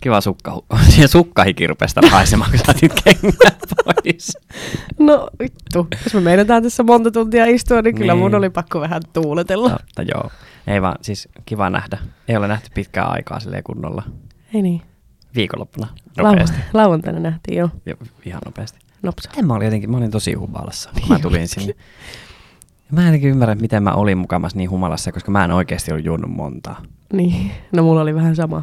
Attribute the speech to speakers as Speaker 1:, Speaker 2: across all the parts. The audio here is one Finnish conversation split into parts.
Speaker 1: Kiva sukka, siihen sukkahikirpestä paisemaan, kun saatit kengät pois.
Speaker 2: No vittu, jos me meinataan tässä monta tuntia istua, niin kyllä
Speaker 1: Niin. No.
Speaker 2: mun oli pakko vähän tuuletella.
Speaker 1: Totta, joo. Ei vaan, siis kiva nähdä. Ei ole nähty pitkää aikaa silleen kunnolla.
Speaker 2: Ei niin.
Speaker 1: Viikonloppuna
Speaker 2: Lau-
Speaker 1: nopeasti.
Speaker 2: lauantaina nähtiin jo.
Speaker 1: Jo, ihan nopeasti. Niin
Speaker 2: Nopsa.
Speaker 1: En mä oli jotenkin, mä olin tosi humalassa, kun mä tulin sinne. Mä en jotenkin ymmärrä, miten mä olin mukamas niin humalassa, koska mä en oikeasti ollut juonut montaa.
Speaker 2: Niin. No mulla oli vähän sama.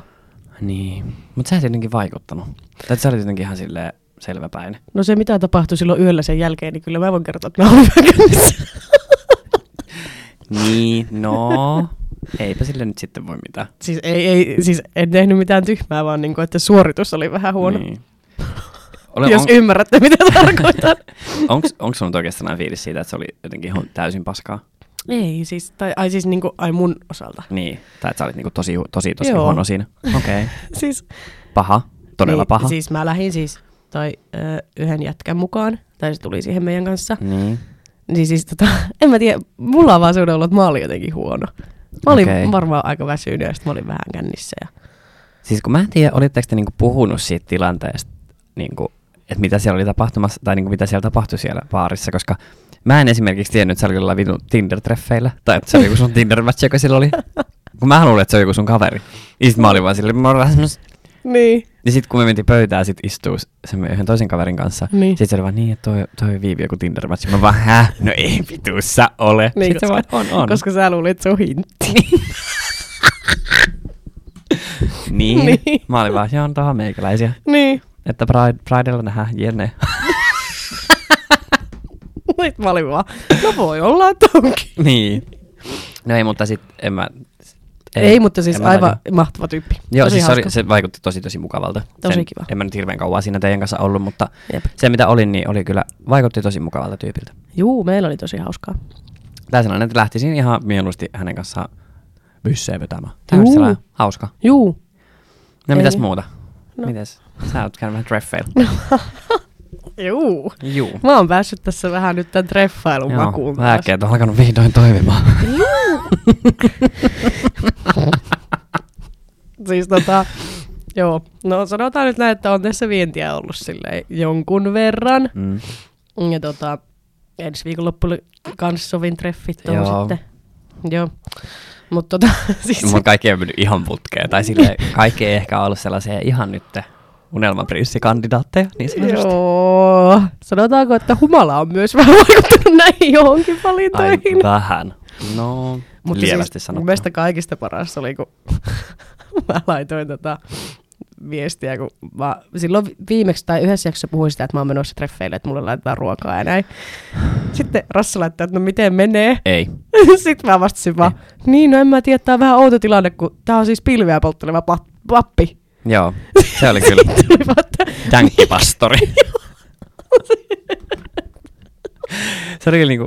Speaker 1: Niin. Mutta sä et jotenkin vaikuttanut. Tai sä olit jotenkin ihan silleen selväpäinen.
Speaker 2: No se mitä tapahtui silloin yöllä sen jälkeen, niin kyllä mä voin kertoa, että mä olin vähän kännissä.
Speaker 1: Niin, no. Eipä sille nyt sitten voi mitään.
Speaker 2: Siis, ei, ei, siis en tehnyt mitään tyhmää, vaan niin kuin, että suoritus oli vähän huono. Niin.
Speaker 1: Niin. Ole,
Speaker 2: Jos
Speaker 1: on,
Speaker 2: ymmärrätte, mitä tarkoitan.
Speaker 1: onks, onks sun nyt oikeastaan näin fiilis siitä, että se oli jotenkin ihan täysin paskaa?
Speaker 2: Ei siis, tai ai siis niin kuin, ai mun osalta.
Speaker 1: Niin. Tai että sä olit niinku tosi, hu- tosi, tosi
Speaker 2: Joo.
Speaker 1: huono siinä. Okei. Okay.
Speaker 2: Siis,
Speaker 1: Paha. Todella
Speaker 2: niin,
Speaker 1: paha.
Speaker 2: Siis mä lähdin siis tai ö, yhden jätkän mukaan, tai se tuli siihen meidän kanssa.
Speaker 1: Niin.
Speaker 2: Niin siis tota, en mä tiedä, mulla on vaan sellainen ollut, että mä olin jotenkin huono. Mä olin
Speaker 1: Okei.
Speaker 2: okay. varmaan aika väsynyt ja sitten mä olin vähän kännissä. Ja...
Speaker 1: Siis kun mä en tiedä, olitteko te niinku puhunut siitä tilanteesta, niinku, että mitä siellä oli tapahtumassa, tai niinku mitä siellä tapahtui siellä baarissa, koska mä en esimerkiksi tiennyt, että sä olit jollain vitun Tinder-treffeillä, tai että se oli joku sun tinder match joka siellä oli. Kun mä luulin, että se on joku sun kaveri. Ja sit mä olin vaan silleen, mä olin vähän semmos...
Speaker 2: Niin.
Speaker 1: Ja sit kun me mentiin pöytään, sit istuu semmoinen yhden toisen kaverin kanssa.
Speaker 2: Niin.
Speaker 1: Sit se oli vaan niin, että toi, toi viivi joku tinder match Mä vaan, häh? No ei vitussa ole.
Speaker 2: Niin,
Speaker 1: sit se
Speaker 2: koska,
Speaker 1: vaan, on, on.
Speaker 2: koska sä luulit, että se on hintti.
Speaker 1: Niin.
Speaker 2: Niin.
Speaker 1: Mä olin vaan, joo, on tohon meikäläisiä.
Speaker 2: niin.
Speaker 1: Että Pride, Pridella nähdään, jenne.
Speaker 2: Nyt mä olin vaan, no voi olla, että onkin.
Speaker 1: Niin. No ei, mutta sitten en mä...
Speaker 2: Ei, ei mutta siis
Speaker 1: en mä
Speaker 2: aivan
Speaker 1: tajua.
Speaker 2: mahtava tyyppi.
Speaker 1: Joo,
Speaker 2: Tosi
Speaker 1: siis se, oli,
Speaker 2: hauska.
Speaker 1: se vaikutti tosi tosi mukavalta.
Speaker 2: Tosi
Speaker 1: Sen-
Speaker 2: kiva.
Speaker 1: En mä nyt hirveän kauan siinä teidän kanssa ollut, mutta
Speaker 2: Jep.
Speaker 1: se mitä olin, niin oli kyllä, vaikutti tosi mukavalta tyypiltä.
Speaker 2: Juu, meillä oli tosi hauskaa.
Speaker 1: Tai sellainen, että lähtisin ihan mieluusti hänen kanssaan byssejä vetämään. Tämä on
Speaker 2: Juu.
Speaker 1: sellainen hauska.
Speaker 2: Juu.
Speaker 1: No
Speaker 2: Ei.
Speaker 1: mitäs muuta? No.
Speaker 2: No.
Speaker 1: Mitäs? Sä oot käynyt vähän treffeillä.
Speaker 2: Juu.
Speaker 1: Juu.
Speaker 2: Mä oon päässyt tässä vähän nyt tämän treffailun Joo,
Speaker 1: Joo,
Speaker 2: makuun. taas.
Speaker 1: lääkkeet on alkanut vihdoin toimimaan.
Speaker 2: Siis tota, joo. No sanotaan nyt näin, että on tässä vientiä ollut silleen jonkun verran.
Speaker 1: Mm.
Speaker 2: Ja tota, ensi viikonloppu oli kans sovin treffit tuohon
Speaker 1: Joo.
Speaker 2: sitten. Joo. Mutta tota, siis...
Speaker 1: Mutta kaikki ei mennyt ihan putkeen. Tai sille kaikki ei ehkä ollut sellaisia ihan nyt unelmaprinsssikandidaatteja. Niin sanotusti.
Speaker 2: Joo. Sanotaanko, että humala on myös vähän vaikuttanut näihin johonkin
Speaker 1: Ai
Speaker 2: valintoihin.
Speaker 1: vähän. No, Mutta lievästi siis,
Speaker 2: mun
Speaker 1: sanottuna.
Speaker 2: mielestä kaikista paras oli, kun mä laitoin tota viestiä, kun mä, silloin vi- viimeksi tai yhdessä jaksossa puhuin sitä, että mä oon menossa treffeille, että mulle laitetaan ruokaa ja näin. Sitten Rassi laittaa, että no miten menee.
Speaker 1: Ei.
Speaker 2: Sitten mä vastasin vaan, niin no en mä tiedä, tää on vähän outo tilanne, kun tää on siis pilveä poltteleva pat- pappi.
Speaker 1: Joo, se oli kyllä
Speaker 2: Sitten tuli vaan, että
Speaker 1: tänkkipastori. se oli kyllä niinku,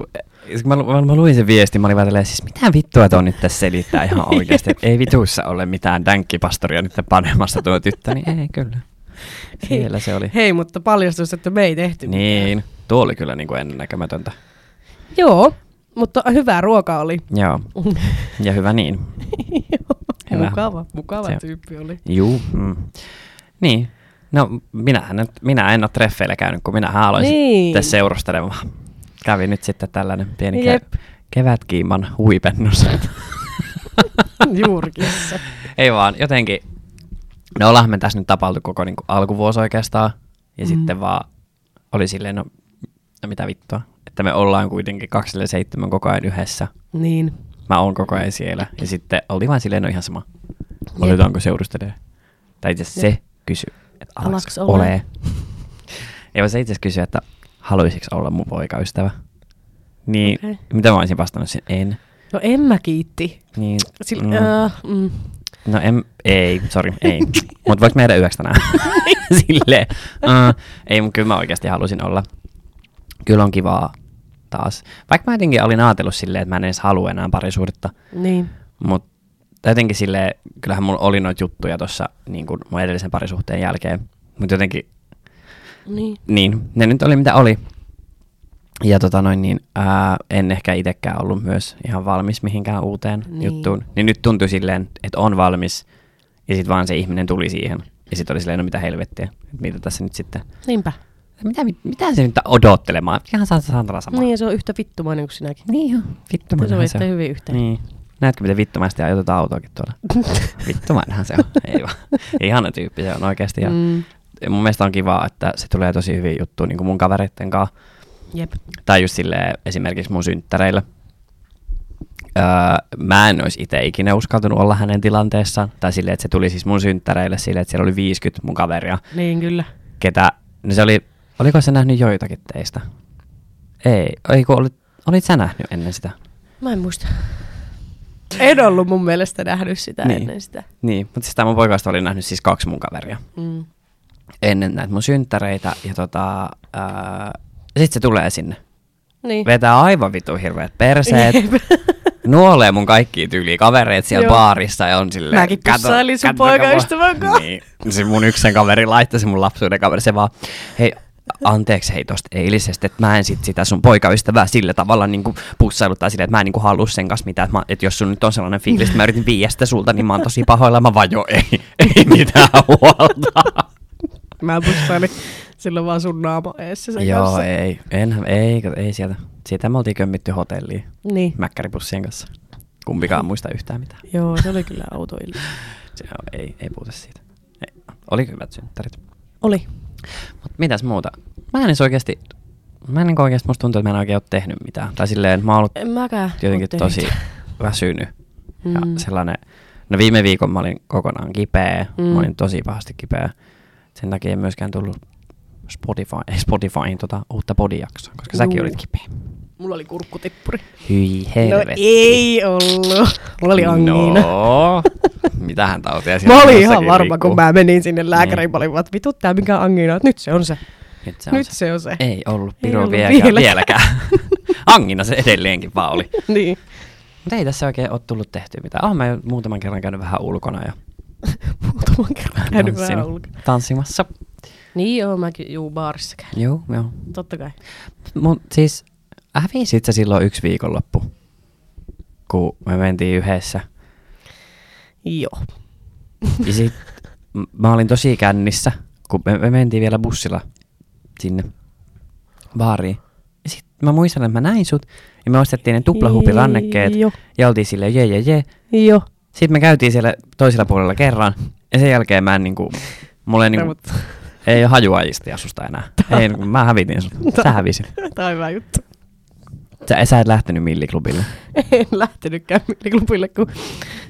Speaker 1: kun mä, lu- mä, mä, luin sen viestin, mä olin vaan tälleen, siis mitä vittua tuo nyt tässä selittää ihan oikeasti, että ei vitussa ole mitään tänkkipastoria nyt panemassa tuo tyttö, niin ei kyllä. Siellä se oli.
Speaker 2: Hei, mutta paljastus, että me ei tehty
Speaker 1: Niin, tuo oli kyllä niinku ennennäkemätöntä.
Speaker 2: mitään. Joo, mutta hyvää ruokaa oli.
Speaker 1: Joo, ja hyvä niin.
Speaker 2: Joo,
Speaker 1: Hyvä.
Speaker 2: mukava, mukava
Speaker 1: Se-
Speaker 2: tyyppi oli.
Speaker 1: Juu. Mm. Niin. No minähän, nyt- minä en ole treffeillä käynyt, kun minä aloin niin.
Speaker 2: Niin.
Speaker 1: sitten seurustelemaan. Kävi nyt sitten tällainen pieni
Speaker 2: Jep.
Speaker 1: ke- kevätkiiman huipennus.
Speaker 2: Juurikissa.
Speaker 1: Ei vaan, jotenkin. No ollaan me tässä nyt tapailtu koko niin alkuvuosi oikeastaan. Ja mm. sitten vaan oli silleen, no, no mitä vittua. Että me ollaan kuitenkin 247 koko ajan yhdessä.
Speaker 2: Niin.
Speaker 1: Mä oon koko ajan siellä. Ja sitten oltiin vaan silleen, no ihan sama. Otetaanko seurustelee? Tai itse asiassa se kysy, että alaks
Speaker 2: Alaks
Speaker 1: ole?
Speaker 2: ole?
Speaker 1: ole? Ei vaan se itse asiassa kysyi, että haluaisitko olla mun poikaystävä? Niin, okay.
Speaker 2: Okei.
Speaker 1: mitä mä olisin vastannut sen? En.
Speaker 2: No en mä kiitti.
Speaker 1: Niin,
Speaker 2: Sillä,
Speaker 1: mm,
Speaker 2: mm. Äh, mm.
Speaker 1: No en, ei, sorry, ei. Mutta voiko meidän yhdeksi tänään? Silleen. Uh, ei, mutta kyllä mä oikeasti halusin olla. Kyllä on kivaa taas. Vaikka mä jotenkin olin ajatellut silleen, että mä en edes halua enää parisuudetta.
Speaker 2: Niin.
Speaker 1: Mutta jotenkin sille kyllähän mulla oli noita juttuja tuossa niin kuin mun edellisen parisuhteen jälkeen. Mutta jotenkin,
Speaker 2: Niin.
Speaker 1: niin, ne nyt oli mitä oli. Ja tota noin, niin ää, en ehkä itsekään ollut myös ihan valmis mihinkään uuteen niin.
Speaker 2: Niin.
Speaker 1: juttuun. Niin nyt tuntui silleen, että on valmis. Ja sitten vaan se ihminen tuli siihen. Ja sitten oli silleen, no mitä helvettiä, että mitä tässä nyt sitten,
Speaker 2: Niinpä.
Speaker 1: mitä, mitä se nyt odottelemaan, ihan saa Sandra samaa.
Speaker 2: Niin, ja se on yhtä vittumainen kuin sinäkin.
Speaker 1: Niin joo, vittumainen
Speaker 2: Te sovitte hyvin yhteen.
Speaker 1: Niin. Näetkö, miten vittumaisesti ajoitat autoakin tuolla? Vittumainenhan se on, ei vaan. Ihana tyyppi se on oikeasti. Ja
Speaker 2: Mm.
Speaker 1: ja mun mielestä on kiva, että se tulee tosi hyvin juttu niin kuin mun kavereitten kanssa.
Speaker 2: Jep.
Speaker 1: Tai just silleen esimerkiksi mun synttäreillä. Öö, mä en olisi itse ikinä uskaltunut olla hänen tilanteessaan. Tai silleen, että se tuli siis mun synttäreille silleen, että siellä oli 50 mun kaveria.
Speaker 2: Niin kyllä.
Speaker 1: Ketä, no se oli, oliko se nähnyt joitakin teistä? Ei, ei kun olit, olit sä nähnyt ennen sitä?
Speaker 2: Mä en muista. En ollut mun mielestä nähnyt sitä niin. ennen sitä.
Speaker 1: Niin, mutta siis tämä mun poikasta oli nähnyt siis kaksi mun kaveria.
Speaker 2: Mm.
Speaker 1: ennen näitä mun synttäreitä. Ja tota, ää, sit se tulee sinne.
Speaker 2: Niin.
Speaker 1: Vetää aivan vitu hirveät perseet.
Speaker 2: Jep.
Speaker 1: Nuolee mun kaikki tyyli kavereet siellä
Speaker 2: Joo.
Speaker 1: Joo. baarissa ja on silleen...
Speaker 2: Mäkin
Speaker 1: "Kato-
Speaker 2: pussailin sun
Speaker 1: kattokaa
Speaker 2: poikaystävän
Speaker 1: mua."
Speaker 2: kanssa.
Speaker 1: Niin. Se mun yksen kaveri laittoi se mun lapsuuden kaveri. Se vaan, hei, anteeksi hei tosta eilisestä, että mä en sit sitä sun poikaystävää sillä tavalla niinku pussailut tai silleen, että mä en niinku halua sen kanssa mitään. Että, mä, että jos sun nyt on sellainen fiilis, että mä yritin viiä sitä sulta, niin mä oon tosi pahoilla. Mä vaan jo ei, ei mitään huolta.
Speaker 2: Mä pussailin silloin vaan sun naama eessä sen
Speaker 1: Joo,
Speaker 2: kanssa.
Speaker 1: ei. En, ei, kato, ei sieltä. Siitä me oltiin kömmitty hotelliin
Speaker 2: Niin.
Speaker 1: mäkkäripussien kanssa. Kumpikaan muista yhtään mitään.
Speaker 2: Joo, se oli kyllä outo ilta.
Speaker 1: Se, on- ei, ei puhuta siitä. Ei. Oli hyvät synttärit.
Speaker 2: Oli.
Speaker 1: Mut mitäs muuta? Mä en edes oikeasti, mä en niinku oikeasti, musta tuntuu, että mä en oikein ole tehnyt mitään. Tai silleen, mä oon ollut
Speaker 2: En mäkään.
Speaker 1: jotenkin
Speaker 2: oo
Speaker 1: tosi
Speaker 2: tehnyt.
Speaker 1: väsynyt. Ja
Speaker 2: Mm.
Speaker 1: sellainen, no viime viikon mä olin kokonaan kipeä. Mm.
Speaker 2: Mm.
Speaker 1: Mä olin tosi pahasti kipeä. Sen takia ei myöskään tullut Spotify, ei Spotifyin tota uutta podijaksoa, koska säkin
Speaker 2: Juu.
Speaker 1: olit kipeä.
Speaker 2: Mulla oli kurkkutippuri.
Speaker 1: Hyi helvetti.
Speaker 2: No ei ollut. Mulla oli angiina.
Speaker 1: No, mitähän tautia siellä
Speaker 2: Mä olin ihan
Speaker 1: jossakin
Speaker 2: varma,
Speaker 1: liikkuu.
Speaker 2: kun mä menin sinne lääkäriin,
Speaker 1: Niin.
Speaker 2: mä olin vaan, että vitut tää mikä on angina, että nyt se on se.
Speaker 1: Nyt se on
Speaker 2: Nyt
Speaker 1: se.
Speaker 2: se on se.
Speaker 1: Ei ollut
Speaker 2: Ei
Speaker 1: piru
Speaker 2: ollut
Speaker 1: vieläkään.
Speaker 2: vieläkään.
Speaker 1: vieläkään. Angina se edelleenkin vaan oli.
Speaker 2: niin.
Speaker 1: Mutta ei tässä oikein ole tullut tehtyä mitään. Oon mä jo muutaman kerran käynyt vähän ulkona ja
Speaker 2: Muutaman kerran käynyt vähän
Speaker 1: tanssin-
Speaker 2: ulkona.
Speaker 1: tanssimassa.
Speaker 2: Niin joo, mäkin juu baarissa käyn.
Speaker 1: Joo, joo.
Speaker 2: Totta kai.
Speaker 1: Mut siis hävisit sä silloin yksi viikonloppu, kun me mentiin yhdessä.
Speaker 2: Joo.
Speaker 1: Ja sit m- mä olin tosi kännissä, kun me, me mentiin vielä bussilla sinne baariin. Ja sit mä muistan, että mä näin sut, ja me ostettiin ne tuplahuupirannekkeet,
Speaker 2: Joo.
Speaker 1: ja oltiin silleen jee jee jee.
Speaker 2: Joo.
Speaker 1: Sitten me käytiin siellä toisella puolella kerran, ja sen jälkeen mä en niinku, mulla ei, niinku,
Speaker 2: Mutta-
Speaker 1: ei ole hajua isti ja susta enää. Ei, niinku, mä hävitin sut, sä hävisit.
Speaker 2: Tää on hyvä juttu.
Speaker 1: Sä, sä et lähtenyt milliklubille.
Speaker 2: En lähtenytkään milliklubille, kun...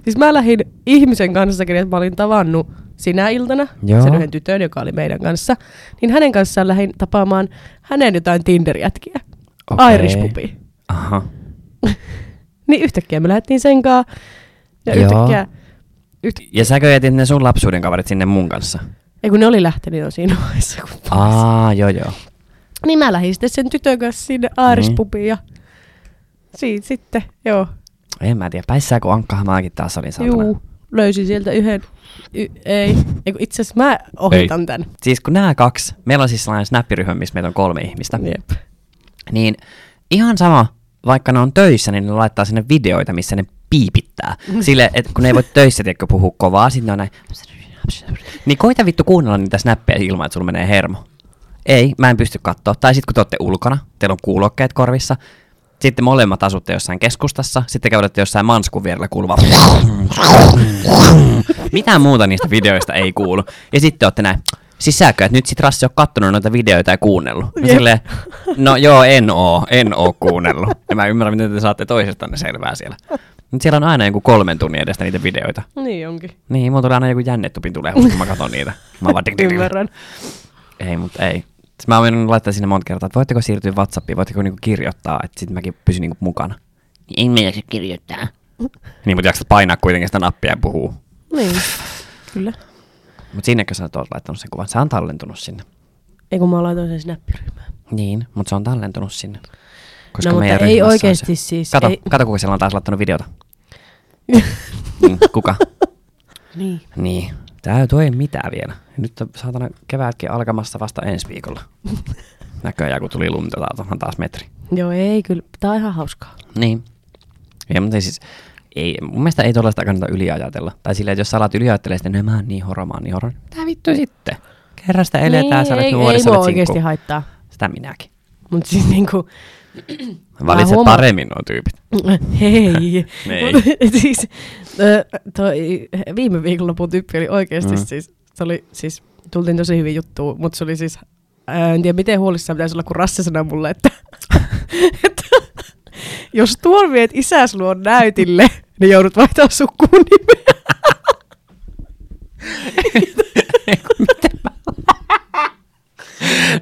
Speaker 2: Siis mä lähdin ihmisen kanssa, kenet mä olin tavannut sinä iltana,
Speaker 1: Joo.
Speaker 2: sen yhden tytön, joka oli meidän kanssa, niin hänen kanssaan lähdin tapaamaan hänen jotain Tinder-jätkiä. Okay.
Speaker 1: Okei.
Speaker 2: Irish pubi.
Speaker 1: Aha.
Speaker 2: Niin yhtäkkiä me lähdettiin sen kanssa. Ja
Speaker 1: Joo.
Speaker 2: yhtäkkiä... Yht...
Speaker 1: Ja säkö jätit ne sun lapsuuden kaverit sinne mun kanssa?
Speaker 2: Ei kun ne oli lähtenyt jo siinä vaiheessa, kun pääsin.
Speaker 1: Aa, joo joo.
Speaker 2: Niin mä lähdin sitten sen tytön kanssa sinne Irish
Speaker 1: Niin.
Speaker 2: pubiin ja... Siitä sitten, joo.
Speaker 1: En mä tiedä, päissään kun ankkahan mäkin taas olin saatana.
Speaker 2: Juu, löysin sieltä yhden. Y- ei, ei kun itse asiassa mä ohitan
Speaker 1: Ei.
Speaker 2: tämän.
Speaker 1: Siis kun nämä kaksi, meillä on siis sellainen snappiryhmä, missä meitä on kolme ihmistä,
Speaker 2: Jep.
Speaker 1: niin ihan sama, vaikka ne on töissä, niin ne laittaa sinne videoita, missä ne piipittää. Sille, että kun ne ei voi töissä, tiedätkö, puhua kovaa, sitten ne on näin. Niin koita vittu kuunnella niitä snappeja ilman, että sulla menee hermo. Ei, mä en pysty katsoa. Tai sitten kun te olette ulkona, teillä on kuulokkeet korvissa, sitten molemmat asutte jossain keskustassa, sitten käydätte jossain manskun vierellä kuuluva. Mitään muuta niistä videoista ei kuulu. Ja sitten olette näin, sisääkö, että nyt sit Rassi on kattonut noita videoita ja kuunnellut. Mä
Speaker 2: Jep.
Speaker 1: silleen, no joo, en oo, en oo kuunnellut. Ja mä ymmärrän, miten te saatte toisestanne selvää siellä. Mutta siellä on aina joku kolmen tunnin edestä niitä videoita.
Speaker 2: Niin onkin.
Speaker 1: Niin, mulla tulee aina joku jännetupin tulee, kun mä katson niitä. Mä vaan dik, dik, dik.
Speaker 2: Ymmärrän.
Speaker 1: Ei, mutta ei. Sitten mä oon laittaa sinne monta kertaa, että voitteko siirtyä Whatsappiin, voitteko niinku kirjoittaa, että sitten mäkin pysyn niinku mukana. Niin, En mä jaksa kirjoittaa. niin, mutta jaksat painaa kuitenkin sitä nappia ja puhuu.
Speaker 2: Niin, kyllä.
Speaker 1: Mutta sinnekö sä oot laittanut sen kuvan? Se on tallentunut sinne.
Speaker 2: Ei kun mä laitoin sen snappiryhmään.
Speaker 1: Niin, mutta se on tallentunut sinne.
Speaker 2: No, mutta
Speaker 1: meidän
Speaker 2: ei
Speaker 1: ryhmässä on
Speaker 2: oikeesti
Speaker 1: se.
Speaker 2: siis,
Speaker 1: Kato,
Speaker 2: ei-
Speaker 1: kato kuka siellä on taas laittanut videota. Mm, Kuka?
Speaker 2: niin.
Speaker 1: Niin. Tää tuo ei mitään vielä. Nyt on saatana keväätkin alkamassa vasta ensi viikolla. Näköjään kun tuli lunta, tää on taas metri.
Speaker 2: Joo, ei kyllä. Tää on ihan hauskaa.
Speaker 1: Niin. Ja, mutta siis ei, mun mielestä ei tollaista kannata yliajatella. Tai silleen, että jos sä alat yliajattelee, sitten mä oon niin horo, mä oon niin horo. Mitä vittu sitten? Kerran sitä eletään, niin, sä olet
Speaker 2: ei,
Speaker 1: nuori,
Speaker 2: ei
Speaker 1: sä
Speaker 2: mua
Speaker 1: olet
Speaker 2: oikeasti
Speaker 1: sinkku.
Speaker 2: haittaa.
Speaker 1: Sitä minäkin.
Speaker 2: Mutta siis niinku,
Speaker 1: Valitse
Speaker 2: huomaan-
Speaker 1: paremmin nuo tyypit. Niin.
Speaker 2: hei.
Speaker 1: Ei.
Speaker 2: Mut siis, ö, toi viime viikonlopun tyyppi oli oikeasti
Speaker 1: Mm.
Speaker 2: mm. siis, se oli siis, tultiin tosi hyvin juttuun, mutta se oli siis, ää, en tiedä miten huolissaan pitäisi olla, kun Rasse sanoi mulle, että, että jos tuon viet isäs luon näytille, niin joudut vaihtaa sukkuun nimeä.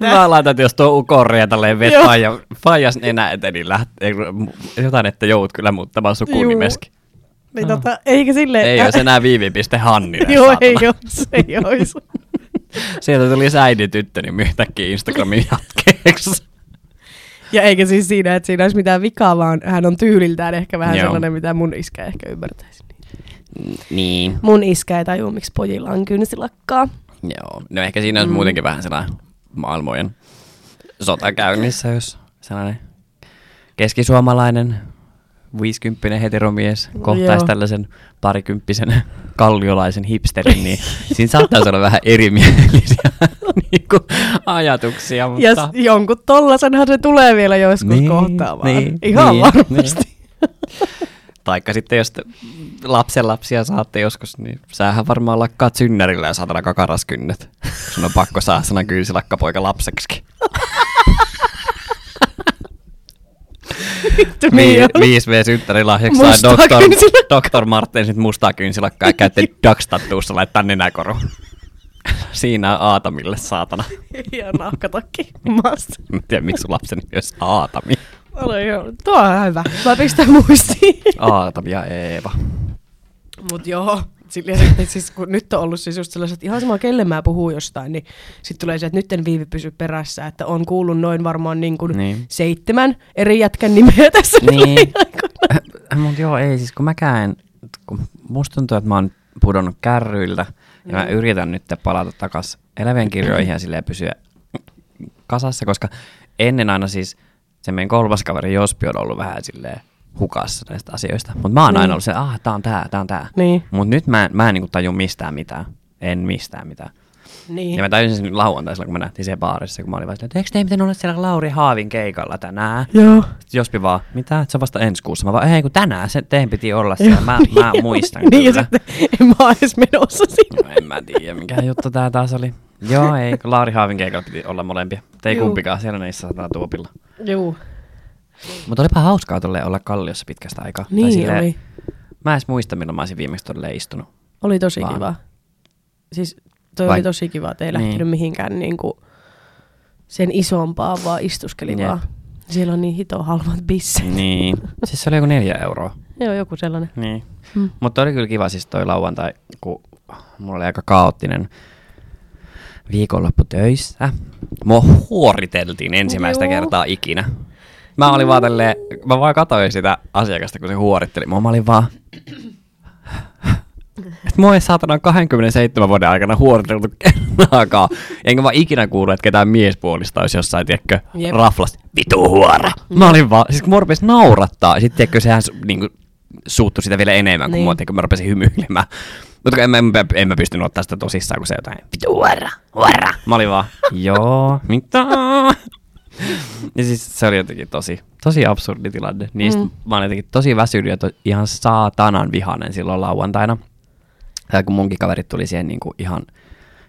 Speaker 1: Mä laitan, että jos tuo ukoria tälleen vet
Speaker 2: Joo.
Speaker 1: faija, faijas nenä eteen, niin läht, ei, mu- jotain, että joudut kyllä muuttamaan sukunimeskin.
Speaker 2: Niin
Speaker 1: Ah.
Speaker 2: tota, eikä silleen.
Speaker 1: Ei olisi enää viivipiste Hanninen,
Speaker 2: Joo, ei
Speaker 1: saatana.
Speaker 2: ole, se ei olisi.
Speaker 1: Sieltä tuli se äidin tyttö, niin yhtäkkiä Instagramin jatkeeksi.
Speaker 2: Ja eikä siis siinä, että siinä olisi mitään vikaa, vaan hän on tyyliltään ehkä vähän
Speaker 1: Joo.
Speaker 2: Joo. sellainen, mitä mun iskä ehkä ymmärtäisi.
Speaker 1: Niin.
Speaker 2: Mun iskä ei tajua, miksi pojilla on kynsilakkaa.
Speaker 1: Joo. No ehkä siinä on mm. muutenkin vähän sellainen maailmojen sota käynnissä, jos sellainen keskisuomalainen 50 heteromies kohtaisi
Speaker 2: Joo.
Speaker 1: tällaisen parikymppisen kalliolaisen hipsterin, niin siinä saattaisi olla vähän erimielisiä niin kuin, ajatuksia, mutta...
Speaker 2: Ja s- jonkun tollasenhan se tulee vielä joskus
Speaker 1: Niin,
Speaker 2: niin, kohtaamaan.
Speaker 1: niin,
Speaker 2: Niin, Ihan
Speaker 1: niin,
Speaker 2: niin, varmasti.
Speaker 1: Taikka sitten, jos te lapsen lapsia saatte joskus, niin sähän varmaan lakkaat synnärillä ja saatana kakaraskynnät. Sun on pakko saada sana kyysilakkapoika lapseksi.
Speaker 2: Vittu,
Speaker 1: Vi-
Speaker 2: niin on.
Speaker 1: 5V synttärilahjaksi saa Dr.
Speaker 2: Mustaa kynsilakkaa.
Speaker 1: Dr. Martin sit mustaa kynsilakkaa ja käytte Duckstattuussa laittaa nenäkoru. Siinä on Aatamille, saatana.
Speaker 2: ja nahkatakki maassa.
Speaker 1: Mä en tiedä, miksi sun lapsen nimi olisi Aatami.
Speaker 2: Ole joo. Tuo on hyvä. Mä pistän muistiin.
Speaker 1: Aatami ja Eeva.
Speaker 2: Mut joo. Silleen, sitten, siis, kun nyt on ollut siis just sellaiset, ihan sama kelle mä puhun jostain, niin sitten tulee se, että nyt en viivi pysy perässä, että on kuullut noin varmaan niin kuin
Speaker 1: Niin.
Speaker 2: niin. seitsemän eri jätkän nimeä tässä
Speaker 1: Niin.
Speaker 2: lähiaikoina.
Speaker 1: Mutta joo, ei siis kun mäkään, en- kun musta tuntuu, että mä oon pudonnut kärryiltä ja
Speaker 2: Mm.
Speaker 1: mä yritän nyt palata takas elävien kirjoihin ja silleen pysyä kasassa, koska ennen aina siis se meidän kolmas kaveri Jospi on ollut vähän silleen hukassa näistä asioista. Mutta mä oon
Speaker 2: Niin.
Speaker 1: aina ollut se, ah, tää on tää, tää on tää.
Speaker 2: Niin.
Speaker 1: Mutta nyt mä en, mä en niinku taju mistään mitään. En mistään mitään.
Speaker 2: Niin.
Speaker 1: Ja mä tajusin sen nyt lauantaisella, kun mä nähtiin se baarissa, kun mä olin vaan silleen, että eikö ne miten ole siellä Lauri Haavin keikalla tänään?
Speaker 2: Joo.
Speaker 1: Jospi vaan, mitä, että se on vasta ensi kuussa. Mä vaan, ei kun tänään se teidän piti olla siellä, mä, mä
Speaker 2: Joo,
Speaker 1: muistan
Speaker 2: niin, ja
Speaker 1: kyllä.
Speaker 2: sitten en mä ole edes menossa
Speaker 1: No,
Speaker 2: sinne.
Speaker 1: en mä tiedä, mikä juttu tää taas oli. Joo, ei, kun Lauri Haavin keikalla piti olla molempia. Te ei
Speaker 2: Juu.
Speaker 1: kumpikaan siellä niissä sataa tuopilla.
Speaker 2: Juu.
Speaker 1: Mutta olipa hauskaa tolle olla Kalliossa pitkästä aikaa. Tai
Speaker 2: Niin oli.
Speaker 1: Mä en edes muista, milloin mä olisin viimeksi tolle istunut.
Speaker 2: Oli tosi
Speaker 1: Vaan.
Speaker 2: Vaan. kiva. Siis toi
Speaker 1: Vai-
Speaker 2: oli tosi kiva, että ei
Speaker 1: Niin.
Speaker 2: lähtenyt mihinkään niinku sen isompaa, vaan istuskeli
Speaker 1: Jep.
Speaker 2: vaan. Siellä on niin hito halvat bisset.
Speaker 1: Niin. Siis se oli joku neljä euroa.
Speaker 2: Joo, joku sellainen.
Speaker 1: Niin. Mm.
Speaker 2: Mm.
Speaker 1: Mutta oli kyllä kiva siis toi lauantai, kun mulla oli aika kaoottinen viikonloppu töissä. Mua huoriteltiin ensimmäistä
Speaker 2: Joo.
Speaker 1: kertaa ikinä. Mä olin vaan tälleen, mä vaan katsoin sitä asiakasta, kun se huoritteli. Mua mä olin vaan... Et mua ei saatana 27 vuoden aikana huoriteltu kertaakaan. Enkä mä ikinä kuulu, että ketään miespuolista olisi jossain, tiedätkö,
Speaker 2: Jep.
Speaker 1: raflasta. Vitu huora! Mä olin vaan, siis kun mua rupesi naurattaa, sitten tiedätkö, sehän su- niinku, suuttui sitä vielä enemmän, kun
Speaker 2: Niin.
Speaker 1: mua, tiedätkö, mä rupesin hymyilemään. Mutta en, mä- en, mä- en mä pystynyt ottaa sitä tosissaan, kun se jotain, vitu huora, huora. Mä olin vaan, joo, mitä? Ja siis se oli jotenkin tosi, tosi absurdi tilanne. Niistä mm.
Speaker 2: Mm.
Speaker 1: mä olin jotenkin tosi väsynyt ja to, ihan saatanan vihanen silloin lauantaina. Ja kun munkin kaverit tuli siihen niin kuin ihan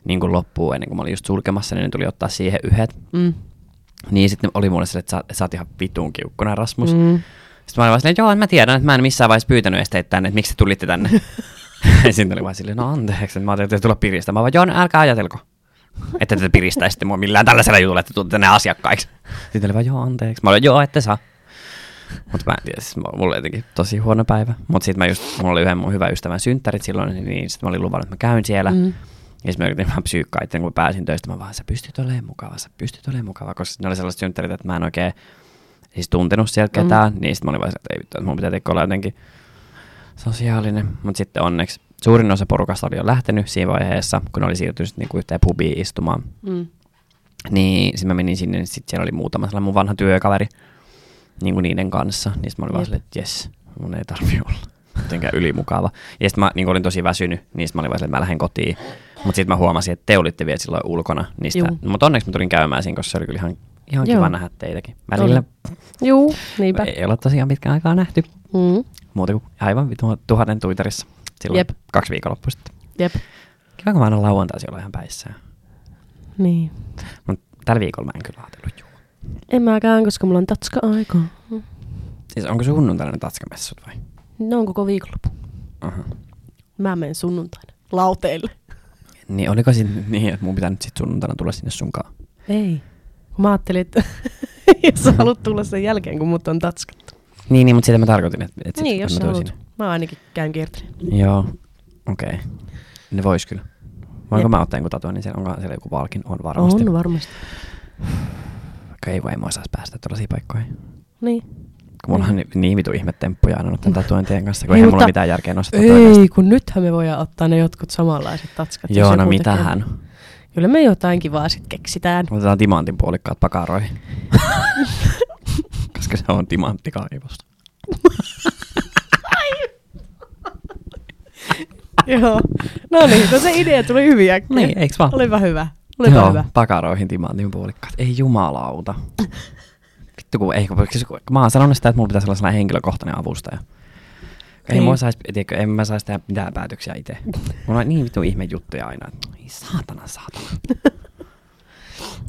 Speaker 1: niin kuin loppuun, ennen kuin mä olin just sulkemassa, niin ne tuli ottaa siihen yhdet.
Speaker 2: Mm.
Speaker 1: Niin sitten oli mulle sille, että sä, sä oot ihan vitun kiukkuna, Rasmus. Mm.
Speaker 2: Mm.
Speaker 1: Sitten mä olin vaan silleen, joo, mä tiedän, että mä en missään vaiheessa pyytänyt edes teitä tänne, että miksi te tulitte tänne. ja sitten oli vaan silleen, no anteeksi, että mä ajattelin, että tulla piristämään. Mä vaan, joo, no, älkää ajatelko, että te piristäisitte mua millään tällaisella jutulla, että tulette tänne asiakkaiksi. Sitten oli vaan, joo, anteeksi. Mä olin, joo, ette saa. Mutta mä en tiedä, siis mulla oli jotenkin tosi huono päivä. Mutta sitten mä just, mulla oli yhden mun hyvän ystävän synttärit silloin, niin sitten mä olin luvannut, että mä käyn siellä. Mm.
Speaker 2: Mm.
Speaker 1: Ja sitten mä yritin vähän psyykkaa itse, kun mä pääsin töistä, mä vaan, sä pystyt olemaan mukava, sä pystyt olemaan mukava, koska ne oli sellaiset synttärit, että mä en oikein siis tuntenut siellä
Speaker 2: Mm.
Speaker 1: ketään, mm. niin sitten mä olin vaan, se, että ei vittu, että mun pitää tehdä olla jotenkin sosiaalinen, mutta sitten onneksi suurin osa porukasta oli jo lähtenyt siinä vaiheessa, kun ne oli siirtynyt niinku yhteen pubiin istumaan.
Speaker 2: Mm.
Speaker 1: Niin sitten mä menin sinne, niin sitten siellä oli muutama sellainen mun vanha työkaveri niin kuin niiden kanssa, niin sitten mä olin vaan
Speaker 2: Jep.
Speaker 1: silleen, että jes, mun ei tarvi olla. mitenkään ylimukava. Ja sitten mä niin olin tosi väsynyt, niin sit mä olin vaan sille, että mä lähden kotiin. Mutta sitten mä huomasin, että te olitte vielä silloin ulkona. Niistä.
Speaker 2: Juu.
Speaker 1: Mutta onneksi mä tulin käymään siinä, koska se oli kyllä ihan, ihan
Speaker 2: Joo.
Speaker 1: kiva nähdä teitäkin. Välillä
Speaker 2: Juu, niinpä.
Speaker 1: ei ole tosiaan pitkään aikaa nähty.
Speaker 2: Mm.
Speaker 1: Muuta kuin aivan vitu- tuhannen tuiterissa. Silloin
Speaker 2: Jep.
Speaker 1: Jep. kaksi viikonloppua sitten.
Speaker 2: Jep.
Speaker 1: Kiva, kun mä aina lauantaisin olla ihan päissään.
Speaker 2: Niin.
Speaker 1: Mut tällä viikolla mä en kyllä ajatellut juu.
Speaker 2: En mäkään, koska mulla on tatska-aikaa. Mm.
Speaker 1: Siis onko sunnuntaina ne tatsamessut vai?
Speaker 2: Ne on koko viikonloppu.
Speaker 1: Aha.
Speaker 2: Mä menen sunnuntaina. Lauteille.
Speaker 1: Niin oliko sitten niin, että mun pitää nyt sit sunnuntaina tulla sinne sunkaan?
Speaker 2: Ei. Kun Mä ajattelin, että jos sä haluat tulla sen jälkeen, kun mut on tatskattu.
Speaker 1: Niin, niin mutta sitä mä tarkoitin, että, että sit
Speaker 2: niin, jos
Speaker 1: mä
Speaker 2: sä
Speaker 1: tuun
Speaker 2: haluat. Mä ainakin käyn kiertelin.
Speaker 1: sinne. Joo, okei. Okay. Ne vois kyllä. Voinko
Speaker 2: Jep.
Speaker 1: mä ottaa jonkun tatuoin, niin siellä onko siellä joku palkin? On varmasti.
Speaker 2: On varmasti.
Speaker 1: Vaikka ei, kun ei mä osaa päästä tuollaisiin paikkoihin.
Speaker 2: Niin.
Speaker 1: Kun mulla on niin, niin vitu ihmetemppuja aina noiden tatuointien kanssa, kun
Speaker 2: Ei,
Speaker 1: ei mulla
Speaker 2: Niin, mutta-
Speaker 1: mitään järkeä nostaa
Speaker 2: Ei, kun nythän me voidaan ottaa ne jotkut samanlaiset tatskat. jos
Speaker 1: Joo,
Speaker 2: joku
Speaker 1: no
Speaker 2: tekee.
Speaker 1: mitähän.
Speaker 2: Kyllä me jotain kivaa sit keksitään.
Speaker 1: Otetaan timantin puolikkaat pakaroihin. Koska se on timanttikaivosta.
Speaker 2: Joo. No niin, kun se idea tuli hyvin äkkiä.
Speaker 1: Niin, eiks vaan?
Speaker 2: Olipa hyvä. Olipa
Speaker 1: Joo,
Speaker 2: hyvä.
Speaker 1: pakaroihin timantin puolikkaat. Ei jumalauta. Vittu, kun, ei, kun, kun mä oon sanonut sitä, että mulla pitäisi olla sellainen henkilökohtainen avustaja. Ei
Speaker 2: Niin.
Speaker 1: mua sais, tiedätkö, en mä saisi tehdä mitään päätöksiä itse. Mulla on niin vittu ihme juttuja aina. että no Ei saatana, saatana.